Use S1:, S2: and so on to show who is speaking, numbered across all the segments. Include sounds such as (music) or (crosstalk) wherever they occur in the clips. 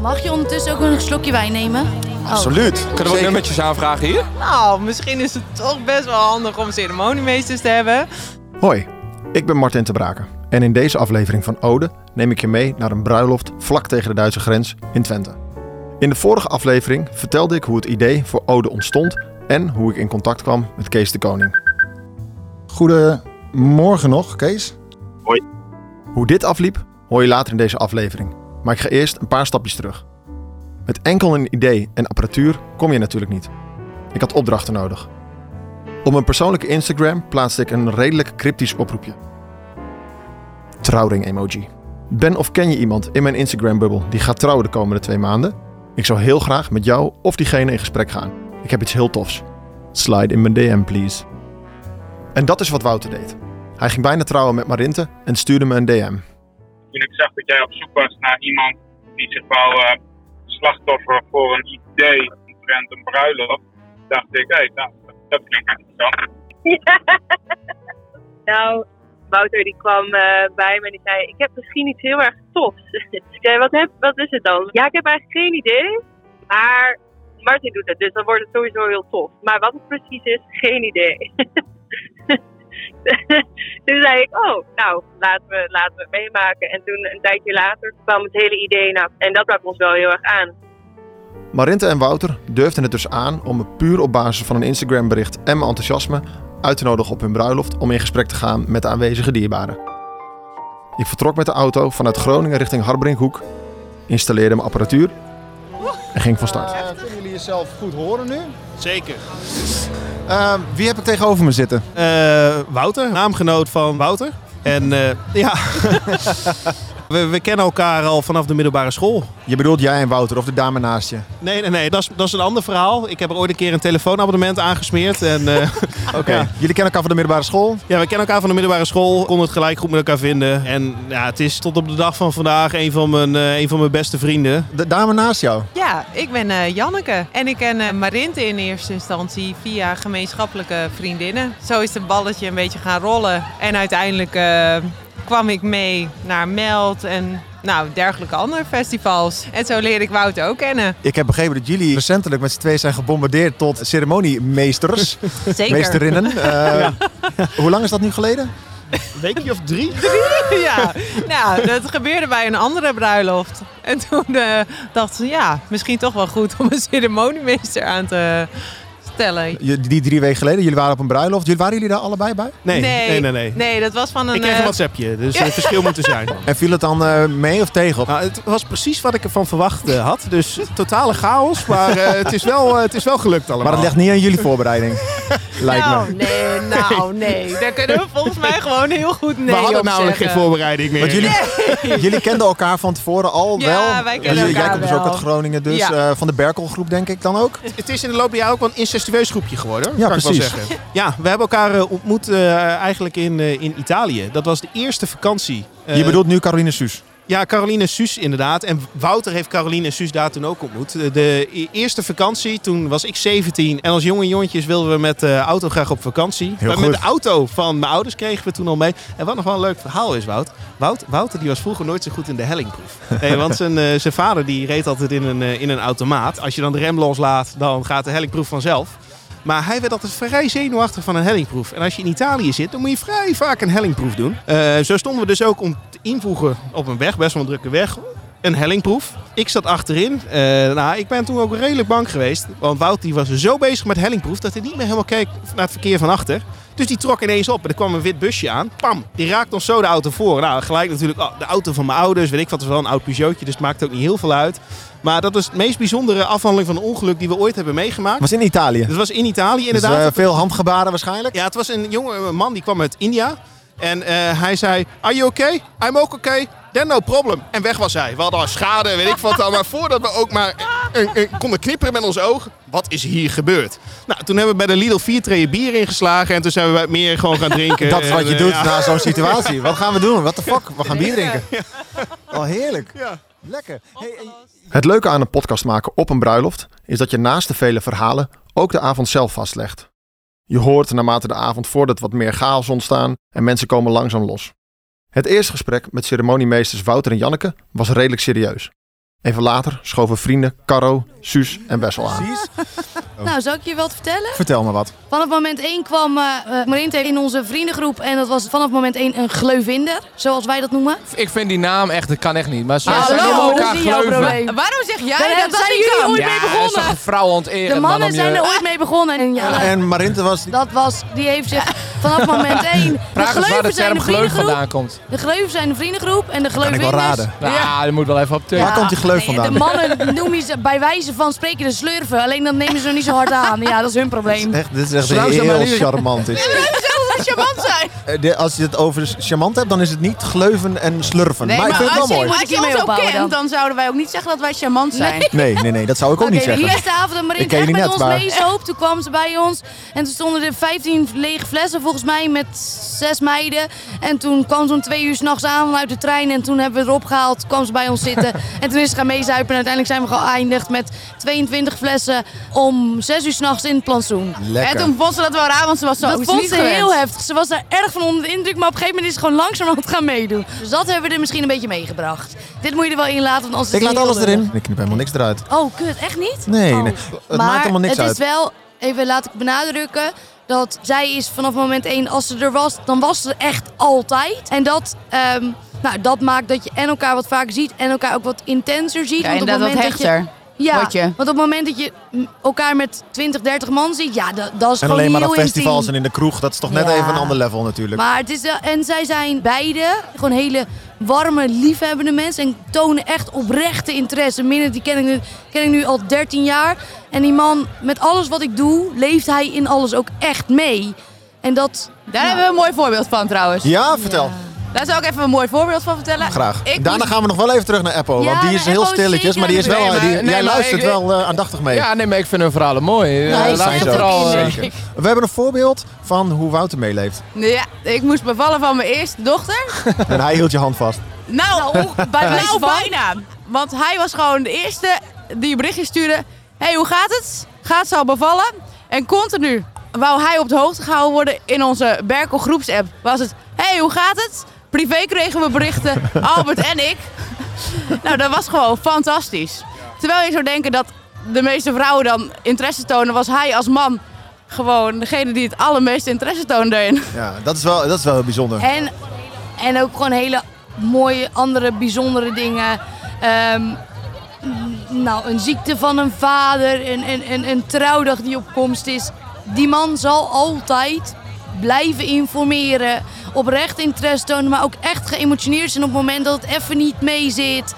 S1: Mag je ondertussen ook een slokje wijn nemen? Oh.
S2: Absoluut.
S3: Kunnen we ook nummertjes aanvragen hier?
S4: Nou, misschien is het toch best wel handig om ceremoniemeesters te hebben.
S2: Hoi, ik ben Martin te Braken. En in deze aflevering van Ode neem ik je mee naar een bruiloft vlak tegen de Duitse grens in Twente. In de vorige aflevering vertelde ik hoe het idee voor Ode ontstond en hoe ik in contact kwam met Kees de Koning.
S5: Goedemorgen nog, Kees.
S2: Hoe dit afliep, hoor je later in deze aflevering. Maar ik ga eerst een paar stapjes terug. Met enkel een idee en apparatuur kom je natuurlijk niet. Ik had opdrachten nodig. Op mijn persoonlijke Instagram plaatste ik een redelijk cryptisch oproepje. Trouwring emoji. Ben of ken je iemand in mijn Instagram-bubbel die gaat trouwen de komende twee maanden? Ik zou heel graag met jou of diegene in gesprek gaan. Ik heb iets heel tofs. Slide in mijn DM, please. En dat is wat Wouter deed. Hij ging bijna trouwen met Marinte en stuurde me een DM.
S6: toen ik zag dat jij op zoek was naar iemand die zich wou eh, slachtoffer voor een idee omtrent een bruiloft, dacht ik, hé, hey, nou, dat klinkt interessant.
S7: (laughs) Nou, Wouter die kwam eh, bij me en die zei: Ik heb misschien iets heel erg tofs. (laughs) ik zei: wat, heb, wat is het dan? Ja, ik heb eigenlijk geen idee. Maar Martin doet het, dus dan wordt het sowieso heel tof. Maar wat het precies is, geen idee. (laughs) toen zei ik: Oh, nou, laten we, laten we het meemaken. En toen, een tijdje later, kwam het hele idee naar. En dat brak ons wel heel erg aan.
S2: Marinte en Wouter durfden het dus aan om me puur op basis van een Instagram-bericht en mijn enthousiasme uit te nodigen op hun bruiloft om in gesprek te gaan met de aanwezige dierbaren. Ik vertrok met de auto vanuit Groningen richting Harbrinkhoek, installeerde mijn apparatuur en ging van start.
S5: Eh, kunnen jullie jezelf goed horen nu?
S8: Zeker.
S5: Eh, wie heb ik tegenover me zitten?
S8: Eh, Wouter, naamgenoot van Wouter. En eh,
S5: (laughs)
S8: ja, we, we kennen elkaar al vanaf de middelbare school.
S2: Je bedoelt jij en Wouter of de dame naast je?
S8: Nee, nee, nee, dat is, dat is een ander verhaal. Ik heb er ooit een keer een telefoonabonnement aangesmeerd. En
S5: (laughs)
S8: eh,
S2: Oké. Jullie kennen elkaar van de middelbare school?
S8: ja, we kennen elkaar van de middelbare school, konden het gelijk goed met elkaar vinden. En ja, het is tot op de dag van vandaag een van mijn, eh, een van mijn beste vrienden.
S2: De dame naast jou?
S4: Ja, ik ben eh, Janneke en ik ken eh, Marinte in eerste instantie via gemeenschappelijke vriendinnen. Zo is het balletje een beetje gaan rollen en uiteindelijk eh, kwam ik mee naar Meld en nou, dergelijke andere festivals. En zo leerde ik Wout ook kennen.
S2: Ik heb begrepen dat jullie recentelijk met z'n twee zijn gebombardeerd tot ceremoniemeesters,
S4: (laughs) Zeker. (laughs)
S2: meesterinnen. eh, (laughs) Hoe lang is dat nu geleden?
S8: Een weekje of
S4: (laughs)
S8: drie?
S4: Ja, nou, dat gebeurde bij een andere bruiloft. En toen eh, dacht ze, ja, misschien toch wel goed om een ceremoniemeester aan te stellen.
S2: Die drie weken geleden, jullie waren op een bruiloft. Jullie, waren jullie daar allebei bij?
S8: Nee, nee, nee, nee.
S4: dat was van een...
S8: Ik kreeg een
S4: eh,
S8: WhatsAppje, dus
S4: (laughs)
S8: het verschil moet er zijn.
S2: En viel het dan eh, mee of tegen?
S8: Nou, het was precies wat ik ervan verwacht eh, had. Dus totale chaos, maar eh, het, is wel, eh, het is wel gelukt allemaal.
S2: Maar dat ligt niet aan jullie
S4: (laughs)
S2: voorbereiding. Lijkt me.
S4: nou, nee, nou, nee. Daar kunnen we volgens mij gewoon heel goed nee
S8: We hadden
S4: op eh.
S8: namelijk
S4: zeggen.
S8: geen voorbereiding meer.
S2: Want jullie, (laughs) jullie kenden elkaar van tevoren al
S4: Ja,
S2: wel.
S4: wij kennen
S2: Jullie- Jij
S4: elkaar
S2: komt dus ook
S4: wel.
S2: uit Groningen, dus
S4: Ja.
S2: eh, van de Berkelgroep denk ik dan ook.
S8: Het is in de loop der jaren ook wel een incestueus groepje geworden.
S2: Ja,
S8: kan Ik wel
S2: precies.
S8: zeggen. Ja, we hebben elkaar eh, ontmoet eh, eigenlijk in, eh, in Italië. Dat was de eerste vakantie. Eh,
S2: Je bedoelt nu Caroline Suus.
S8: Ja, Caroline Suus inderdaad. En Wouter heeft Caroline en Suus daar toen ook ontmoet. Eh, De e- eerste vakantie, toen was ik 17. En als jonge jontjes wilden we met de auto graag op vakantie.
S2: Heel
S8: maar
S2: goed.
S8: met de auto van mijn ouders kregen we toen al mee. En wat nog wel een leuk verhaal is, Wout. Wout Wouter die was vroeger nooit zo goed in de hellingproef. (laughs) Nee, want zijn, eh, zijn vader die reed altijd in een, eh, in een automaat. Als je dan de rem loslaat, dan gaat de hellingproef vanzelf. Maar hij werd altijd vrij zenuwachtig van een hellingproef. En als je in Italië zit, dan moet je vrij vaak een hellingproef doen. Eh, zo stonden we dus ook om te invoegen op een weg, best wel een drukke weg. Een hellingproef. Ik zat achterin. Eh, nou, ik ben toen ook redelijk bang geweest. Want Wout die was zo bezig met hellingproef dat hij niet meer helemaal keek naar het verkeer van achter. Dus die trok ineens op en er kwam een wit busje aan. Pam, die raakt ons zo de auto voor. Nou, gelijk natuurlijk oh, de auto van mijn ouders. Weet ik wat, het is wel een oud Peugeotje, dus het maakt ook niet heel veel uit. Maar dat is het meest bijzondere afhandeling van een ongeluk die we ooit hebben meegemaakt.
S2: Was in Italië.
S8: Dat was in Italië
S2: Dus,
S8: inderdaad.
S2: eh, veel handgebaren waarschijnlijk.
S8: Ja, het was een jonge man die kwam uit India. En eh, hij zei, are you okay? I'm ook okay. Then no problem. En weg was hij. We hadden al schade, weet ik wat al. Maar voordat we ook maar eh, eh, eh, konden knipperen met ons oog. Wat is hier gebeurd? Nou, toen hebben we bij de Lidl vier treeën bier ingeslagen. En toen zijn we bij het meer gewoon gaan drinken.
S2: (laughs) Dat is
S8: En,
S2: wat je
S8: eh,
S2: doet
S8: ja.
S2: na zo'n situatie. Wat gaan we doen? What the fuck? We gaan bier drinken. Oh, heerlijk. Lekker. Hey, en- Het leuke aan een podcast maken op een bruiloft is dat je naast de vele verhalen ook de avond zelf vastlegt. Je hoort naarmate de avond voordat wat meer chaos ontstaan en mensen komen langzaam los. Het eerste gesprek met ceremoniemeesters Wouter en Janneke was redelijk serieus. Even later schoven vrienden Caro, Suus en Wessel aan.
S5: Precies.
S1: Nou, zal ik je wat vertellen?
S5: Vertel me wat.
S1: Vanaf moment 1 kwam eh eh, Marinte in onze vriendengroep. En dat was vanaf moment 1 een gleuvinder, zoals wij dat noemen.
S3: Ik vind die naam echt, dat kan echt niet. Maar ze
S1: Hallo,
S3: zijn
S1: dat
S3: op
S1: is
S3: elkaar
S1: niet jouw
S3: gleuven.
S1: probleem.
S4: Waarom zeg jij
S1: Daar
S4: dat dat
S1: zijn
S4: niet
S1: jullie
S4: kan?
S1: ooit
S3: Ja,
S1: mee
S3: dat is toch een
S1: begonnen.
S3: vrouw onteren.
S1: De mannen zijn er ooit mee begonnen. En ja,
S5: En Marinte was...
S1: dat was, die heeft zich vanaf
S5: (laughs)
S1: moment 1... De
S3: Vraag eens waar de
S1: gleuven zijn
S3: term
S1: de
S3: gleuf
S1: vriendengroep.
S3: vandaan komt.
S1: De gleuven zijn de vriendengroep. En de
S5: ik wel
S1: gleuvinders...
S5: raden.
S3: Ja, dat moet wel even op
S5: Waar
S3: tikken.
S5: komt die gleuf
S1: Nee,
S5: vandaan?
S1: De mannen noemen je ze bij wijze van spreken de slurven. Alleen dan nemen ze er niet zo hard aan. Ja, dat is hun probleem.
S5: Echt, dit is echt
S2: Langzaam maar
S5: heel
S2: lief.
S5: charmant. Is.
S1: Dat charmant zijn.
S5: Eh, de- Als je het over charmant hebt, dan is het niet gleuven en slurven. maar, ik vind het wel mooi.
S1: Moet
S9: Als
S1: ik
S9: je
S1: hiermee
S9: ons ook
S1: ophouden
S9: kent,
S1: dan?
S9: dan? zouden wij ook niet zeggen dat wij charmant zijn.
S5: (laughs) Nee, nee, nee, dat zou ik ook
S1: Oké,
S5: niet
S1: de
S5: zeggen.
S1: eerste avond dat Marin
S5: Ik ken
S1: echt
S5: jullie
S1: met
S5: net,
S1: ons
S5: maar-
S1: meezoop, toen kwam ze bij ons. En toen stonden er 15 lege flessen volgens mij met zes meiden. En toen kwam ze om twee uur s'nachts aan uit de trein. En toen hebben we erop gehaald, kwam ze bij ons
S5: (laughs)
S1: zitten. en toen is ze gaan meezuipen. En uiteindelijk zijn we geëindigd met 22 flessen om zes uur s'nachts in het plantsoen.
S9: En
S5: Lekker.
S9: toen vond ze dat wel raar, want ze was zo
S1: Dat
S9: is
S1: vond
S9: niet
S1: ze
S9: gewend.
S1: heel heftig. Ze was daar erg van onder de indruk, maar op een gegeven moment is ze gewoon langzamerhand gaan meedoen. Dus dat hebben we er misschien een beetje meegebracht. Dit moet je er wel in laten, want anders
S5: Ik
S1: is het
S5: laat
S1: heel
S5: alles erin.
S1: lullig.
S5: Ik knip helemaal niks eruit.
S1: Oh, kut, echt niet?
S5: Nee,
S1: Oh.
S5: nee. het maakt helemaal niks
S1: het
S5: uit.
S1: is wel, even laat ik benadrukken, dat zij is vanaf moment één, als ze er was, dan was ze er echt altijd. En dat, ehm, nou, dat maakt dat je en elkaar wat vaker ziet en elkaar ook wat intenser ziet.
S9: Ja,
S1: want op het
S9: inderdaad, wat
S1: moment dat je-
S9: hechter.
S1: ja,
S9: word je.
S1: want op het moment dat je mm, elkaar met 20, 30 man ziet, ja, dat, dat is
S5: En
S1: gewoon
S5: alleen maar
S1: heel
S5: op festivals
S1: intiem.
S5: en in de kroeg, dat is toch net
S1: Ja.
S5: even een ander level natuurlijk.
S1: Maar het is wel- en zij zijn beide gewoon hele warme, liefhebbende mensen. En tonen echt oprechte interesse. Minder, die ken ik, nu, ken ik nu al 13 jaar. En die man, met alles wat ik doe, leeft hij in alles ook echt mee. En dat.
S9: Daar hebben we een mooi voorbeeld van trouwens.
S5: Ja, vertel.
S9: Daar zou ik even een mooi voorbeeld van vertellen.
S5: Graag.
S9: Ik
S5: Daarna gaan we nog wel even terug naar Apple,
S1: Ja,
S5: want die
S1: maar
S5: is heel
S1: Eppo is
S5: stilletjes,
S2: Dus,
S1: zeker
S5: maar die is wel,
S1: een
S2: eh,
S3: beetje-
S5: die-
S3: Nee, maar-
S5: jij
S3: nee, maar
S5: luistert
S3: ik-
S5: wel eh, aandachtig mee.
S3: Ja, nee, maar ik vind hun verhalen mooi. Eh,
S1: hij
S3: laat
S1: zegt
S3: het
S1: het
S3: vooral,
S1: ook
S3: eh,
S1: zeker.
S5: We hebben een voorbeeld van hoe Wouter
S3: (laughs)
S5: meeleeft.
S9: moest- ja, ik moest bevallen van mijn eerste dochter.
S5: En hij hield je hand vast.
S9: Nou, (laughs)
S1: bij wijze
S9: nou
S1: van-
S9: bijna. Want hij was gewoon de eerste die een berichtje stuurde. Hé, hey, hoe gaat het? Gaat ze al bevallen? En continu wou hij op de hoogte gehouden worden in onze Berkel groepsapp. Was het, hé, hey, hoe gaat het? Privé kregen we berichten,
S1: (laughs)
S9: Albert en ik. Nou, dat was gewoon fantastisch. Terwijl je zou denken dat de meeste vrouwen dan interesse tonen, was hij als man gewoon degene die het allermeeste interesse toonde in.
S5: Ja, dat is wel, dat is wel heel bijzonder.
S1: En, en ook gewoon hele mooie, andere, bijzondere dingen. Ehm, mm, nou, een ziekte van een vader, een, een, een, een trouwdag die op komst is. Die man zal altijd blijven informeren, oprecht interesse tonen, maar ook echt geëmotioneerd zijn op het moment dat het even niet mee zit.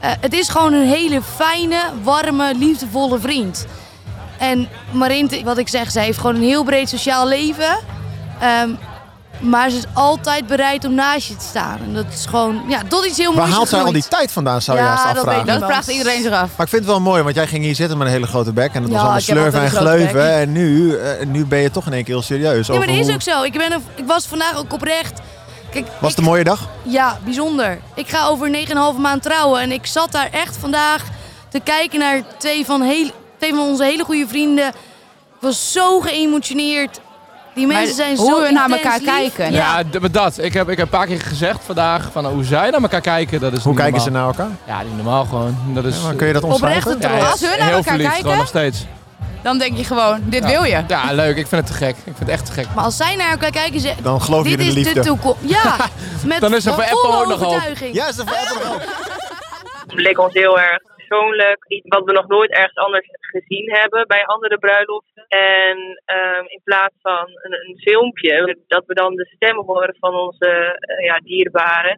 S1: Eh, het is gewoon een hele fijne, warme, liefdevolle vriend. En Marint, wat ik zeg, zij heeft gewoon een heel breed sociaal leven. Ehm, maar ze is altijd bereid om naast je te staan. En dat is gewoon, ja, dat is heel mooi.
S5: Waar haalt zij al die tijd vandaan, zou je
S1: Ja,
S5: juist
S1: dat weet
S5: afvragen.
S1: ik
S9: Dat vraagt iedereen zich af.
S5: Maar ik vind het wel mooi, want jij ging hier zitten met een hele grote bek en het
S1: Ja,
S5: was allemaal
S1: ik heb
S5: slurven en
S1: altijd een grote
S5: gleuven. En nu, eh, nu ben je toch in één keer heel serieus.
S1: Nee, maar
S5: over
S1: dat is
S5: hoe-
S1: ook zo. Ik, ben er- ik was vandaag ook oprecht. Kijk,
S5: Was
S1: ik-
S5: het een mooie dag?
S1: Ja, bijzonder. Ik ga over 9,5 maand trouwen. En ik zat daar echt vandaag te kijken naar twee van, heel, twee van onze hele goede vrienden. Ik was zo geëmotioneerd. Die mensen
S9: Maar
S1: zijn
S9: hoe
S1: zo
S9: we naar
S1: intens
S9: elkaar
S1: lief.
S9: kijken.
S1: Ja.
S3: Ja, d- maar dat. Ik heb, ik heb een paar keer gezegd vandaag van nou, hoe zij naar elkaar kijken. Dat is
S5: Hoe
S3: niet
S5: kijken ze
S3: normaal.
S5: naar elkaar?
S3: Ja, niet normaal gewoon. Dat is, eh,
S5: Ja, maar kun je dat omschrijven?
S1: Oprechte
S3: ja,
S9: Als hun naar
S3: heel
S9: elkaar
S3: verliefd,
S9: kijken?
S3: gewoon nog steeds.
S9: Dan denk je gewoon, dit
S3: Ja.
S9: wil je.
S3: Ja, leuk. Ik vind het te gek. Ik vind het echt te gek.
S1: Maar als zij naar elkaar kijken, ze...
S5: Dan geloof je
S1: dit
S5: in de
S1: is de
S5: liefde.
S1: toekomst.
S5: (laughs)
S1: Ja, met
S3: Dan is er
S1: een
S3: voor Apple
S1: volle
S3: ook nog hoop.
S1: overtuiging.
S5: Ja, is dat voor Apple ook?
S7: Het leek ons heel erg persoonlijk. Iets wat we nog nooit ergens anders gezien hebben bij andere bruiloften. En ehm, in plaats van een, een filmpje, dat we dan de stemmen horen van onze eh, ja, dierbaren.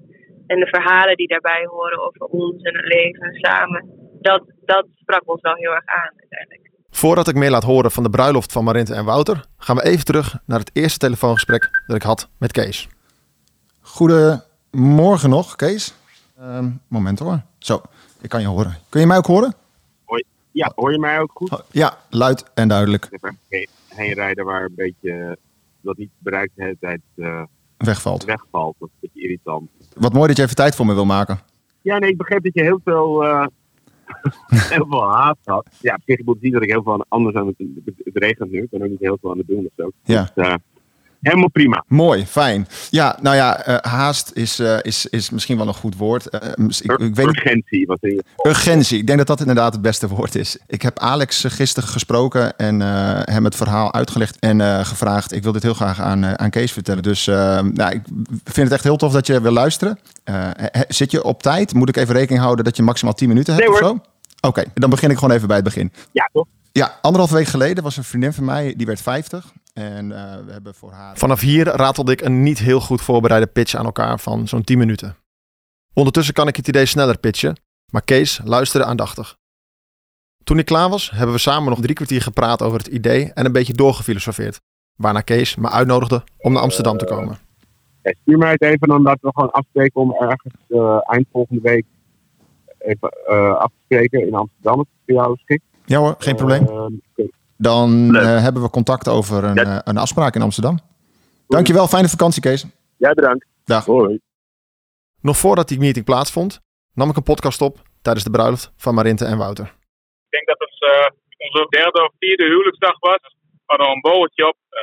S7: En de verhalen die daarbij horen over ons en het leven samen. Dat, dat sprak ons wel heel erg aan uiteindelijk.
S2: Voordat ik meer laat horen van de bruiloft van Marinte en Wouter, gaan we even terug naar het eerste telefoongesprek dat ik had met Kees.
S5: Goedemorgen nog, Kees. Ehm, moment hoor. Zo, ik kan je horen. Kun je mij ook horen?
S10: Ja, hoor je mij ook goed?
S5: Oh, Ja, luid en duidelijk.
S10: Even heen- heen rijden waar een beetje eh, dat niet bereikt de hele tijd eh,
S5: Wegvalt.
S10: wegvalt. Dat is een beetje irritant.
S5: Wat mooi dat je even tijd voor me wil maken.
S10: Ja, nee, ik begreep dat je heel veel, eh, heel veel haat had. Ja, op zich, ik moet zien dat ik heel veel aan- anders aan het, het regent nu. Ik ben ook niet heel veel aan het doen of zo.
S5: Ja.
S10: Dus, eh, helemaal prima.
S5: Mooi, fijn. Ja, nou ja, eh, haast is, eh, is, is misschien wel een goed woord. Eh, eh, ik, ik weet niet-
S10: Urgentie, wat in je.
S5: Urgentie. Ik denk dat dat inderdaad het beste woord is. Ik heb Alex eh, gisteren gesproken en eh, hem het verhaal uitgelegd en eh, gevraagd. Ik wil dit heel graag aan, eh, aan Kees vertellen. Dus eh, nou, ik vind het echt heel tof dat je wil luisteren. Eh, he- zit je op tijd? Moet ik even rekening houden dat je maximaal 10 minuten hebt
S10: Nee,
S5: of
S10: hoor.
S5: zo? Oké, dan begin ik gewoon even bij het begin.
S10: Ja, toch?
S5: Ja, anderhalf week geleden was een vriendin van mij, die werd 50. En eh, we hebben voor haar...
S2: Vanaf hier ratelde ik een niet heel goed voorbereide pitch aan elkaar van zo'n 10 minuten. Ondertussen kan ik het idee sneller pitchen, maar Kees luisterde aandachtig. Toen ik klaar was, hebben we samen nog drie kwartier gepraat over het idee en een beetje doorgefilosofeerd. Waarna Kees me uitnodigde om naar Amsterdam te komen.
S10: Ja, stuur mij het even dan dat we gewoon afspreken om ergens eh, eind volgende week even eh, af te spreken in Amsterdam. Als het voor jou geschikt.
S5: Ja hoor, geen probleem.
S10: Ehm,
S5: Dan
S10: Leuk.
S5: eh, hebben we contact over een,
S10: Ja.
S5: eh, een afspraak in Amsterdam. Dankjewel, fijne vakantie Kees.
S10: ja, bedankt.
S5: Dag.
S10: Hoi.
S2: Nog voordat die meeting plaatsvond, nam ik een podcast op tijdens de bruiloft van Marinte en Wouter.
S6: Ik denk dat het eh, onze derde of vierde huwelijksdag was. We hadden al een borreltje op. Eh,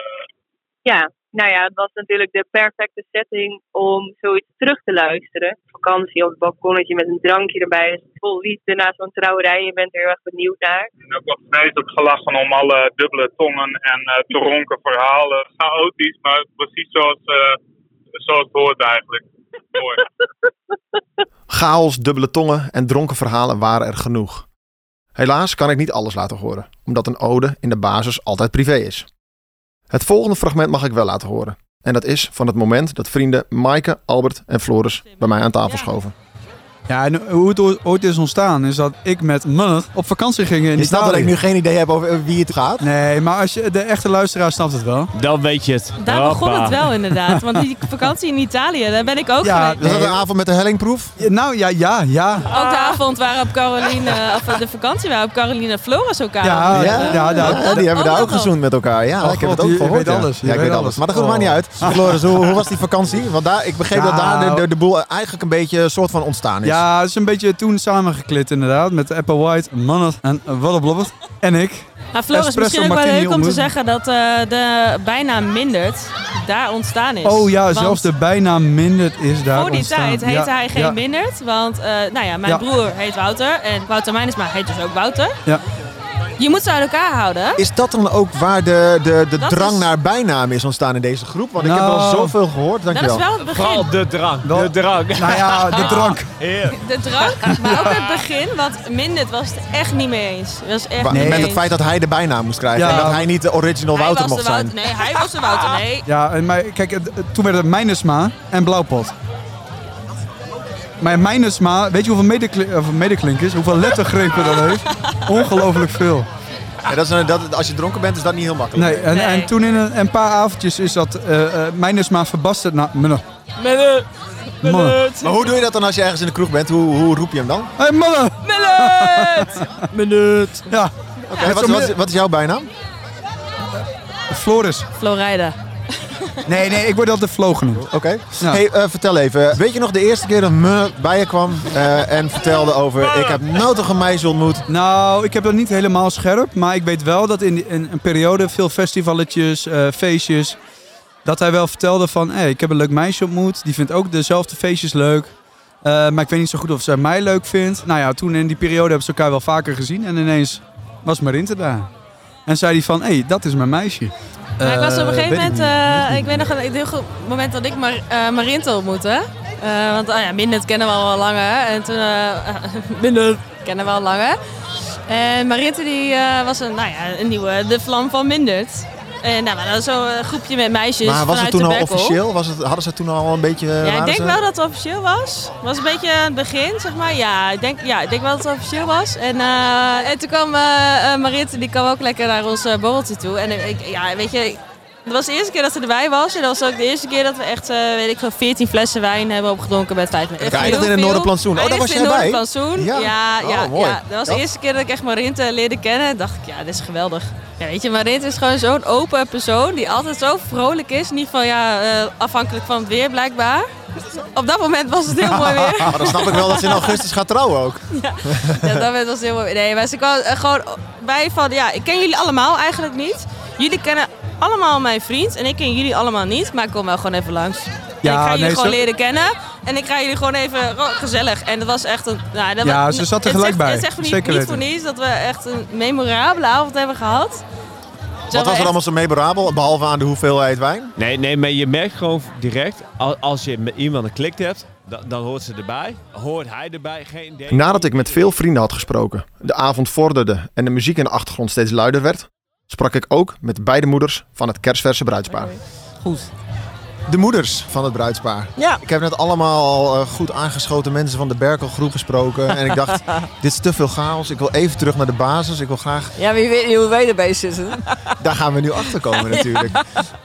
S7: Ja, nou ja, het was natuurlijk de perfecte setting om zoiets terug te luisteren. Vakantie op het balkonnetje met een drankje erbij. Dus vol liefde na zo'n trouwerij. Je bent er heel erg benieuwd naar.
S6: en ook wel vreselijk gelachen om alle dubbele tongen en eh dronken verhalen. Chaotisch, maar precies zoals, eh, zoals het hoort eigenlijk. Mooi.
S2: Chaos, dubbele tongen en dronken verhalen waren er genoeg. Helaas kan ik niet alles laten horen, omdat een ode in de basis altijd privé is. Het volgende fragment mag ik wel laten horen. En dat is van het moment dat vrienden Maaike, Albert en Floris bij mij aan tafel schoven.
S11: Ja, en hoe het ooit- ooit is ontstaan is dat ik met Munner op vakantie ging in
S12: Je snapt dat
S11: Italië.
S12: ik nu geen idee heb over eh, wie het gaat.
S11: Nee, maar als je, de echte luisteraar snapt het wel.
S8: Dan weet je het.
S13: Daar begon het wel inderdaad. Want die vakantie in Italië, daar ben ik ook
S11: Ja,
S13: geweest.
S11: een
S5: avond met de hellingproef?
S11: nou ja, ja, ja.
S13: Ook de avond waarop Caroline, eh, of de vakantie waarop Caroline Floris elkaar
S12: Ja,
S13: ontmoette.
S12: ja, die hebben daar ook gezoend met elkaar. Ja,
S13: Oh
S12: ik heb
S13: God,
S12: het ook
S13: je- je
S12: gehoord.
S13: weet
S12: ja.
S13: alles, je
S12: Ja, ik
S13: weet
S12: weet
S13: alles.
S12: alles. Maar dat goed,
S13: Oh.
S12: maakt niet uit.
S13: (laughs)
S12: Floris, hoe, hoe was die vakantie? Want daar, ik begreep dat daar
S13: Nou.
S12: de, de, de boel eigenlijk een beetje een soort van ontstaan is.
S11: Ja, het is een beetje toen samengeklit inderdaad. Met Apple White, Munner en eh, Wallablobber en ik.
S13: Maar Nou, Floris,
S11: Espresso
S13: misschien ook wel
S11: martini
S13: leuk om te
S11: ontmoet.
S13: zeggen dat eh, de bijnaam mindert daar ontstaan is.
S11: Oh ja,
S13: Want
S11: zelfs de bijnaam Mindert is daar
S13: Voor die
S11: ontstaan.
S13: tijd heette
S11: Ja,
S13: hij geen
S11: ja,
S13: mindert, want eh, nou ja, mijn
S11: Ja.
S13: broer heet Wouter en Wouter Mijnsma heet dus ook Wouter.
S11: Ja.
S13: Je moet ze uit elkaar houden.
S12: Is dat dan ook waar de, de, de
S13: Dat
S12: drang
S13: is-
S12: naar bijnaam is ontstaan in deze groep? Want ik heb
S13: Nou.
S12: al zoveel gehoord. Dankjewel.
S13: Dat is wel het begin. Vooral
S12: de drang. De drang.
S11: (laughs) Nou ja, de drank.
S13: De drank, maar ook het begin, want mindert was het echt niet mee eens. Was echt
S12: Wa-
S13: niet
S12: Met
S13: mee
S12: het feit dat hij de bijnaam moest krijgen.
S11: Ja.
S12: En dat hij niet de original
S13: eens.
S12: Wouter
S13: hij was
S12: mocht
S13: de Wouter,
S12: zijn.
S13: nee, hij was de Wouter, nee.
S11: Ja, en maar kijk, het- het- toen werd het Mijnersma en Blauwpot. Maar Mijnersma, weet je hoeveel medekli- of medeklinkers, hoeveel lettergrepen dat heeft? Ongelooflijk veel.
S12: Ja, dat is een- dat, als je dronken bent, is dat niet heel makkelijk.
S11: Nee, en, en toen in een, een paar avondjes is dat eh eh Mijnersma verbasterd naar Munner.
S13: Mille.
S11: Munner.
S12: Maar hoe doe je dat dan als je ergens in de kroeg bent? Hoe, hoe roep je hem dan?
S11: Hé, hey, Munner!
S13: Millet!
S11: Millet! Ja.
S12: Oké, wat, wat, wat is jouw bijnaam?
S11: Floris.
S13: Florida.
S11: Nee, nee, ik word altijd Flo genoemd. Oké.
S12: Hey, eh, vertel even. Weet je nog de eerste keer dat me bij je kwam eh, en vertelde over... Ik heb nou toch een meisje ontmoet.
S11: Nou, ik heb dat niet helemaal scherp. Maar ik weet wel dat in, die- in een periode veel festivaletjes, eh, feestjes... dat hij wel vertelde van... Hey, ik heb een leuk meisje ontmoet. Die vindt ook dezelfde feestjes leuk. Eh, maar ik weet niet zo goed of zij mij leuk vindt. Nou ja, toen in die periode hebben ze elkaar wel vaker gezien. En ineens was Marinte daar. En zei hij van... hey, dat is mijn meisje.
S13: Maar ik was op
S11: Eh,
S13: een
S11: weet
S13: gegeven
S11: ik
S13: moment,
S11: niet.
S13: eh, ik weet nog een heel goed moment dat ik Mar eh, Marinte ontmoette. Eh, want ah ja, Minnet kennen we al wel langer. En toen, eh (laughs) Minnet kennen we al langer. En Marinte die eh, was een, nou ja, een nieuwe, de vlam van Mindert. En nou, maar dat was zo'n groepje met meisjes
S12: maar was het
S13: vanuit
S12: toen
S13: de
S12: al
S13: Berkel.
S12: officieel? Was het, hadden ze toen al een beetje...
S13: Ja, ik
S12: eh, waren
S13: denk
S12: ze-
S13: wel dat het officieel was. Het was een beetje het begin, zeg maar. Ja, ik denk, ja, ik denk wel dat het officieel was. En, eh, en toen kwam eh eh, Marit, die kwam ook lekker naar ons eh, borreltje toe. En eh, ik, ja, weet je, dat was de eerste keer dat ze erbij was. En dat was ook de eerste keer dat we echt, eh, weet ik veel, 14 flessen wijn hebben opgedronken met vijf mensen.
S12: Ik eindigde in het Noorderplantsoen. Oh, daar was
S13: Eindigde
S12: jij
S13: in
S12: bij?
S13: Noorderplantsoen. Ja, ja,
S12: Oh,
S13: ja,
S12: mooi.
S13: Dat was
S12: Ja.
S13: de eerste keer dat ik echt Marinte leerde kennen. dacht ik, ja, dit is geweldig. Ja, weet je, Marinte is gewoon zo'n open persoon die altijd zo vrolijk is. In ieder geval, ja, eh, afhankelijk van het weer blijkbaar. Op dat moment was
S12: (laughs)
S13: het heel mooi weer.
S12: Maar Oh, dan snap ik wel dat ze in augustus gaat trouwen ook.
S13: Ja, dat werd wel heel mooi. Nee, maar ze kwam eh, gewoon bij van, ja, ik ken jullie allemaal eigenlijk niet. Jullie kennen allemaal mijn vriend. En ik ken jullie allemaal niet, maar ik kom wel gewoon even langs. En
S11: Ja,
S13: ik ga jullie
S11: nee,
S13: gewoon
S11: zo-
S13: leren kennen. En ik ga jullie gewoon even gewoon gezellig. En dat was echt een. Nou, dat
S11: Ja,
S13: was-
S11: ze zat er
S13: het
S11: gelijk
S13: zegt-
S11: bij.
S13: Het zegt voor niet,
S11: Zeker
S13: niet voor
S11: weten.
S13: niets dat we echt een memorabele avond hebben gehad.
S12: Wat was er allemaal zo memorabel, behalve aan de hoeveelheid wijn?
S14: Nee, nee, maar je merkt gewoon direct, al- als je met iemand een klikt hebt, dan, dan hoort ze erbij. Hoort hij erbij, geen idee.
S2: Nadat ik met veel vrienden had gesproken, de avond vorderde en de muziek in de achtergrond steeds luider werd, sprak ik ook met beide moeders van het kersverse bruidspaar.
S12: Goed. De moeders van het bruidspaar.
S15: Ja.
S12: Ik heb net allemaal al eh, goed aangeschoten mensen van de Berkelgroep gesproken. En ik
S2: (laughs)
S12: dacht, dit is te veel chaos. Ik wil even terug naar de basis. Ik wil graag...
S15: Ja, wie weet niet hoe wij erbij zitten.
S12: Daar gaan we nu achter
S2: (laughs)
S12: komen natuurlijk.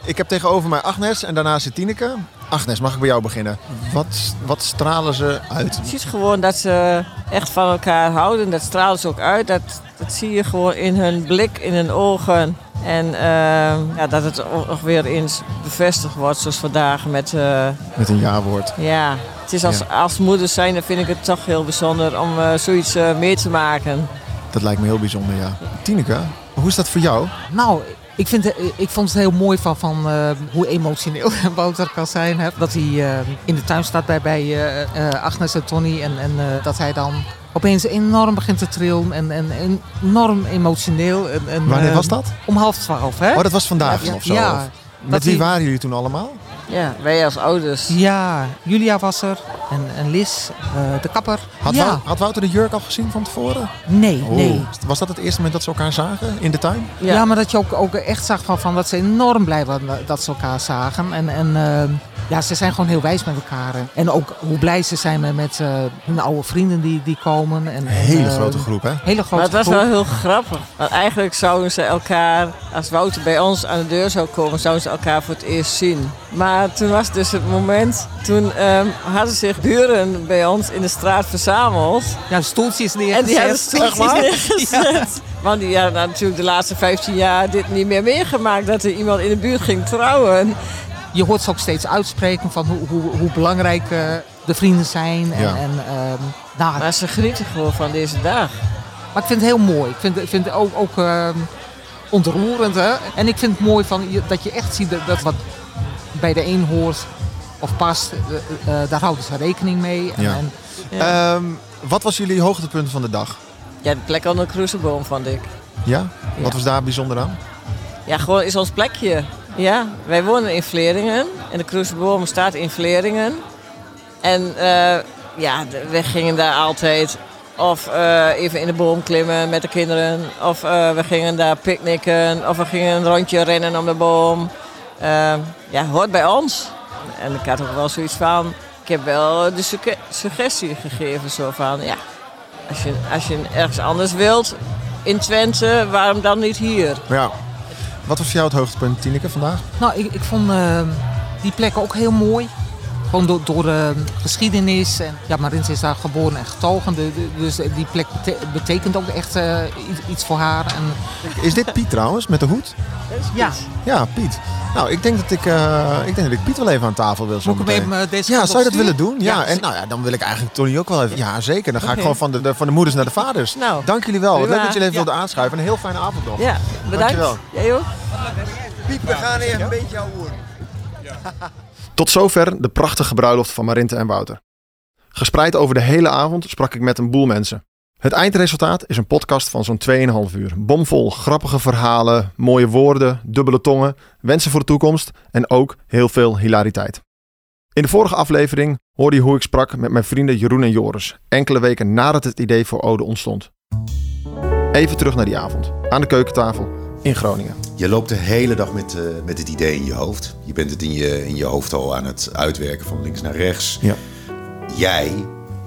S12: Ik heb tegenover mij Agnes en daarna zit Tineke. Agnes, mag ik bij jou beginnen? Wat, wat stralen ze uit?
S15: Je ziet gewoon dat ze echt van elkaar houden. Dat straalt ze ook uit. Dat, dat zie je gewoon in hun blik, in hun ogen. En ehm, ja, dat het ook nog weer eens bevestigd wordt, zoals vandaag met... eh,
S12: Met een ja-woord.
S15: ja, het is als,
S12: Ja.
S15: als moeder zijn, dan vind ik het toch heel bijzonder om eh, zoiets eh, mee te maken.
S12: Dat lijkt me heel bijzonder, ja. Tineke, hoe is dat voor jou?
S16: Nou, ik, vind, eh, ik vond het heel mooi van, van eh, hoe emotioneel (laughs) Wouter kan zijn. Hè? Dat hij eh, in de tuin staat bij, bij eh, eh, Agnes en Tony. En, en eh, dat hij dan opeens enorm begint te trillen. En, en, en enorm emotioneel. En, en,
S12: Wanneer
S16: eh,
S12: was dat?
S16: Om half twaalf. Hè?
S12: Oh, dat was vandaag
S16: Ja,
S12: of zo?
S16: ja.
S12: Of-
S16: Dat
S12: Met wie
S16: hij-
S12: waren jullie toen allemaal?
S15: Ja, wij als ouders.
S16: Ja, Julia was er. En, en Liz, eh, de kapper.
S12: Had,
S16: ja.
S12: Wou- had Wouter de jurk al gezien van tevoren?
S16: Nee,
S12: Oh,
S16: nee.
S12: Was dat het eerste moment dat ze elkaar zagen in de tuin?
S16: Ja. maar dat je ook, ook echt zag van, van dat ze enorm blij waren dat ze elkaar zagen. En, en eh, ja, ze zijn gewoon heel wijs met elkaar. En ook hoe blij ze zijn met, met eh, hun oude vrienden die, die komen. En, en,
S12: Hele
S16: eh,
S12: grote groep, hè?
S16: Hele grote
S15: Maar het was
S16: groep.
S15: wel heel grappig. Want eigenlijk zouden ze elkaar, als Wouter bij ons aan de deur zou komen, zouden ze elkaar voor het eerst zien. Maar toen was dus het moment, toen ehm, hadden zich buren bij ons in de straat verzameld.
S16: Ja, stoeltjes neergezet.
S15: En die hadden
S16: Echt
S15: stoeltjes
S16: waar?
S15: neergezet. Want die hadden natuurlijk de laatste 15 jaar dit niet meer meegemaakt, dat er iemand in de buurt ging trouwen.
S16: Je hoort ze ook steeds uitspreken van hoe, hoe, hoe belangrijk eh, de vrienden zijn. En,
S15: Ja.
S16: en, ehm, nou,
S15: Maar ze genieten gewoon van deze dag.
S16: Maar ik vind het heel mooi. Ik vind, ik vind het ook, ook ehm, ontroerend. Hè? En ik vind het mooi van, je- dat je echt ziet dat, dat wat bij de een hoort of past, eh, eh, daar houden ze rekening mee. En,
S12: Ja.
S16: en-
S12: Ehm, wat was jullie hoogtepunt van de dag?
S15: Ja, de plek aan de cruiseboom vond ik.
S12: Ja?
S15: Ja.
S12: Wat was daar bijzonder aan?
S15: Ja, gewoon is ons plekje. Ja, wij wonen in Vleringen en de Kroesboom staat in Vleringen. En eh, ja, de- we gingen daar altijd of eh, even in de boom klimmen met de kinderen. Of eh, we gingen daar picknicken. Of we gingen een rondje rennen om de boom. Eh, ja, hoort bij ons. En ik had ook wel zoiets van, ik heb wel de sugge- suggestie gegeven zo van, ja, als je, als je ergens anders wilt in Twente, waarom dan niet hier?
S12: Ja. Wat was voor jou het hoogtepunt, Tineke, vandaag?
S16: nou, ik, ik vond ehm, die plekken ook heel mooi. Gewoon door, door ehm, geschiedenis. En, ja, Marins is daar geboren en getogen. de- de- dus die plek bete- betekent ook echt eh, iets- iets voor haar. En,
S12: Is dit Piet trouwens, met de hoed?
S16: ja.
S12: Ja, Piet. Nou, ik denk dat ik, eh, ik, denk dat ik Piet wel even aan tafel wil zo
S16: Moet ik hem
S12: meteen.
S16: even, eh, deze
S12: Ja,
S16: kant
S12: zou je
S16: op
S12: dat willen
S16: sturen?
S12: doen? Ja,
S16: Ja,
S12: en
S16: zeker.
S12: nou ja, dan wil ik eigenlijk Tony ook wel even. Ja, zeker. Dan ga ik
S16: Oké.
S12: gewoon van de, de- van de moeders naar de vaders.
S15: Nou,
S12: Dank jullie wel. Wat
S15: prima.
S12: leuk dat jullie even
S15: Ja.
S12: wilden aanschuiven. Een heel fijne avond nog.
S15: Ja, bedankt.
S12: Dankjewel.
S15: Jij ook.
S12: Piet, we gaan even een beetje jouw horen.
S2: Tot zover de prachtige bruiloft van Marinte en Wouter. Gespreid over de hele avond sprak ik met een boel mensen. Het eindresultaat is een podcast van zo'n 2,5 uur. Bomvol grappige verhalen, mooie woorden, dubbele tongen, wensen voor de toekomst en ook heel veel hilariteit. In de vorige aflevering hoorde je hoe ik sprak met mijn vrienden Jeroen en Joris, enkele weken nadat het idee voor Ode ontstond. Even terug naar die avond, aan de keukentafel in Groningen.
S17: Je loopt de hele dag met, eh, met het idee in je hoofd. Je bent het in je, in je hoofd al aan het uitwerken van links naar rechts.
S2: Ja.
S17: Jij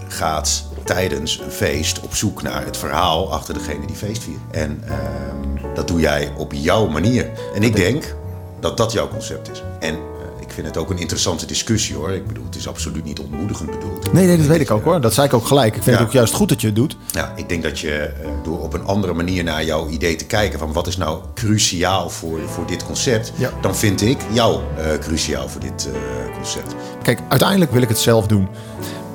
S17: gaat tijdens een feest op zoek naar het verhaal achter degene die feest viert. En ehm, dat doe jij op jouw manier. En ik denk dat dat jouw concept is. En eh, ik vind het ook een interessante discussie hoor. Ik bedoel, het is absoluut niet ontmoedigend bedoeld.
S12: Nee, nee, dat weet ik ook hoor. Dat zei ik ook gelijk. Ik vind het ook juist goed dat je het doet.
S17: Ja, ik denk dat je eh, door op een andere manier naar jouw idee te kijken van wat is nou cruciaal voor, voor dit concept,
S12: Ja.
S17: dan vind ik jou eh, cruciaal voor dit eh, concept.
S12: Kijk, uiteindelijk wil ik het zelf doen.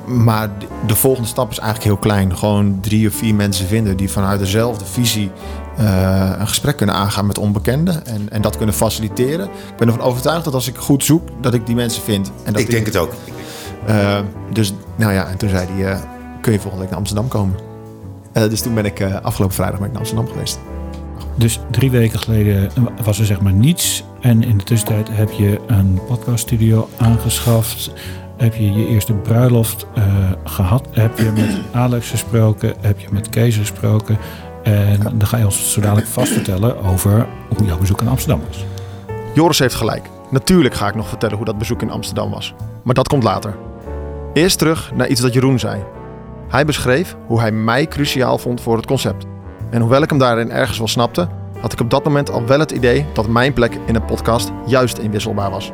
S2: Maar de volgende stap is eigenlijk heel klein. Gewoon drie of vier mensen vinden die vanuit dezelfde visie eh, een gesprek kunnen aangaan met onbekenden. En, en dat kunnen faciliteren. Ik ben ervan overtuigd dat als ik goed zoek, dat ik die mensen vind. En dat
S17: Ik denk het ook.
S2: Eh, dus nou ja, en toen zei hij, eh, kun je volgende week naar Amsterdam komen? Eh, dus toen ben ik eh, afgelopen vrijdag ben ik naar Amsterdam geweest.
S18: Dus drie weken geleden was er zeg maar niets. En in de tussentijd heb je een podcaststudio aangeschaft. Heb je je eerste bruiloft eh, gehad. Heb je met Alex gesproken. Heb je met Kees gesproken. En dan ga je ons zo dadelijk vast vertellen over hoe jouw bezoek aan Amsterdam was.
S2: Joris heeft gelijk. Natuurlijk ga ik nog vertellen hoe dat bezoek in Amsterdam was. Maar dat komt later. Eerst terug naar iets dat Jeroen zei. Hij beschreef hoe hij mij cruciaal vond voor het concept. En hoewel ik hem daarin ergens wel snapte, had ik op dat moment al wel het idee dat mijn plek in een podcast juist inwisselbaar was.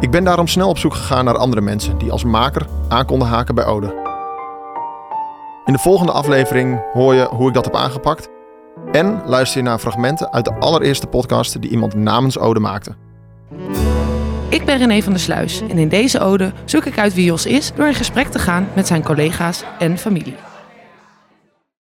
S2: Ik ben daarom snel op zoek gegaan naar andere mensen die als maker aan konden haken bij Ode. In de volgende aflevering hoor je hoe ik dat heb aangepakt. En luister je naar fragmenten uit de allereerste podcast die iemand namens Ode maakte.
S19: Ik ben René van der Sluis en in deze ode zoek ik uit wie Jos is door in gesprek te gaan met zijn collega's en familie.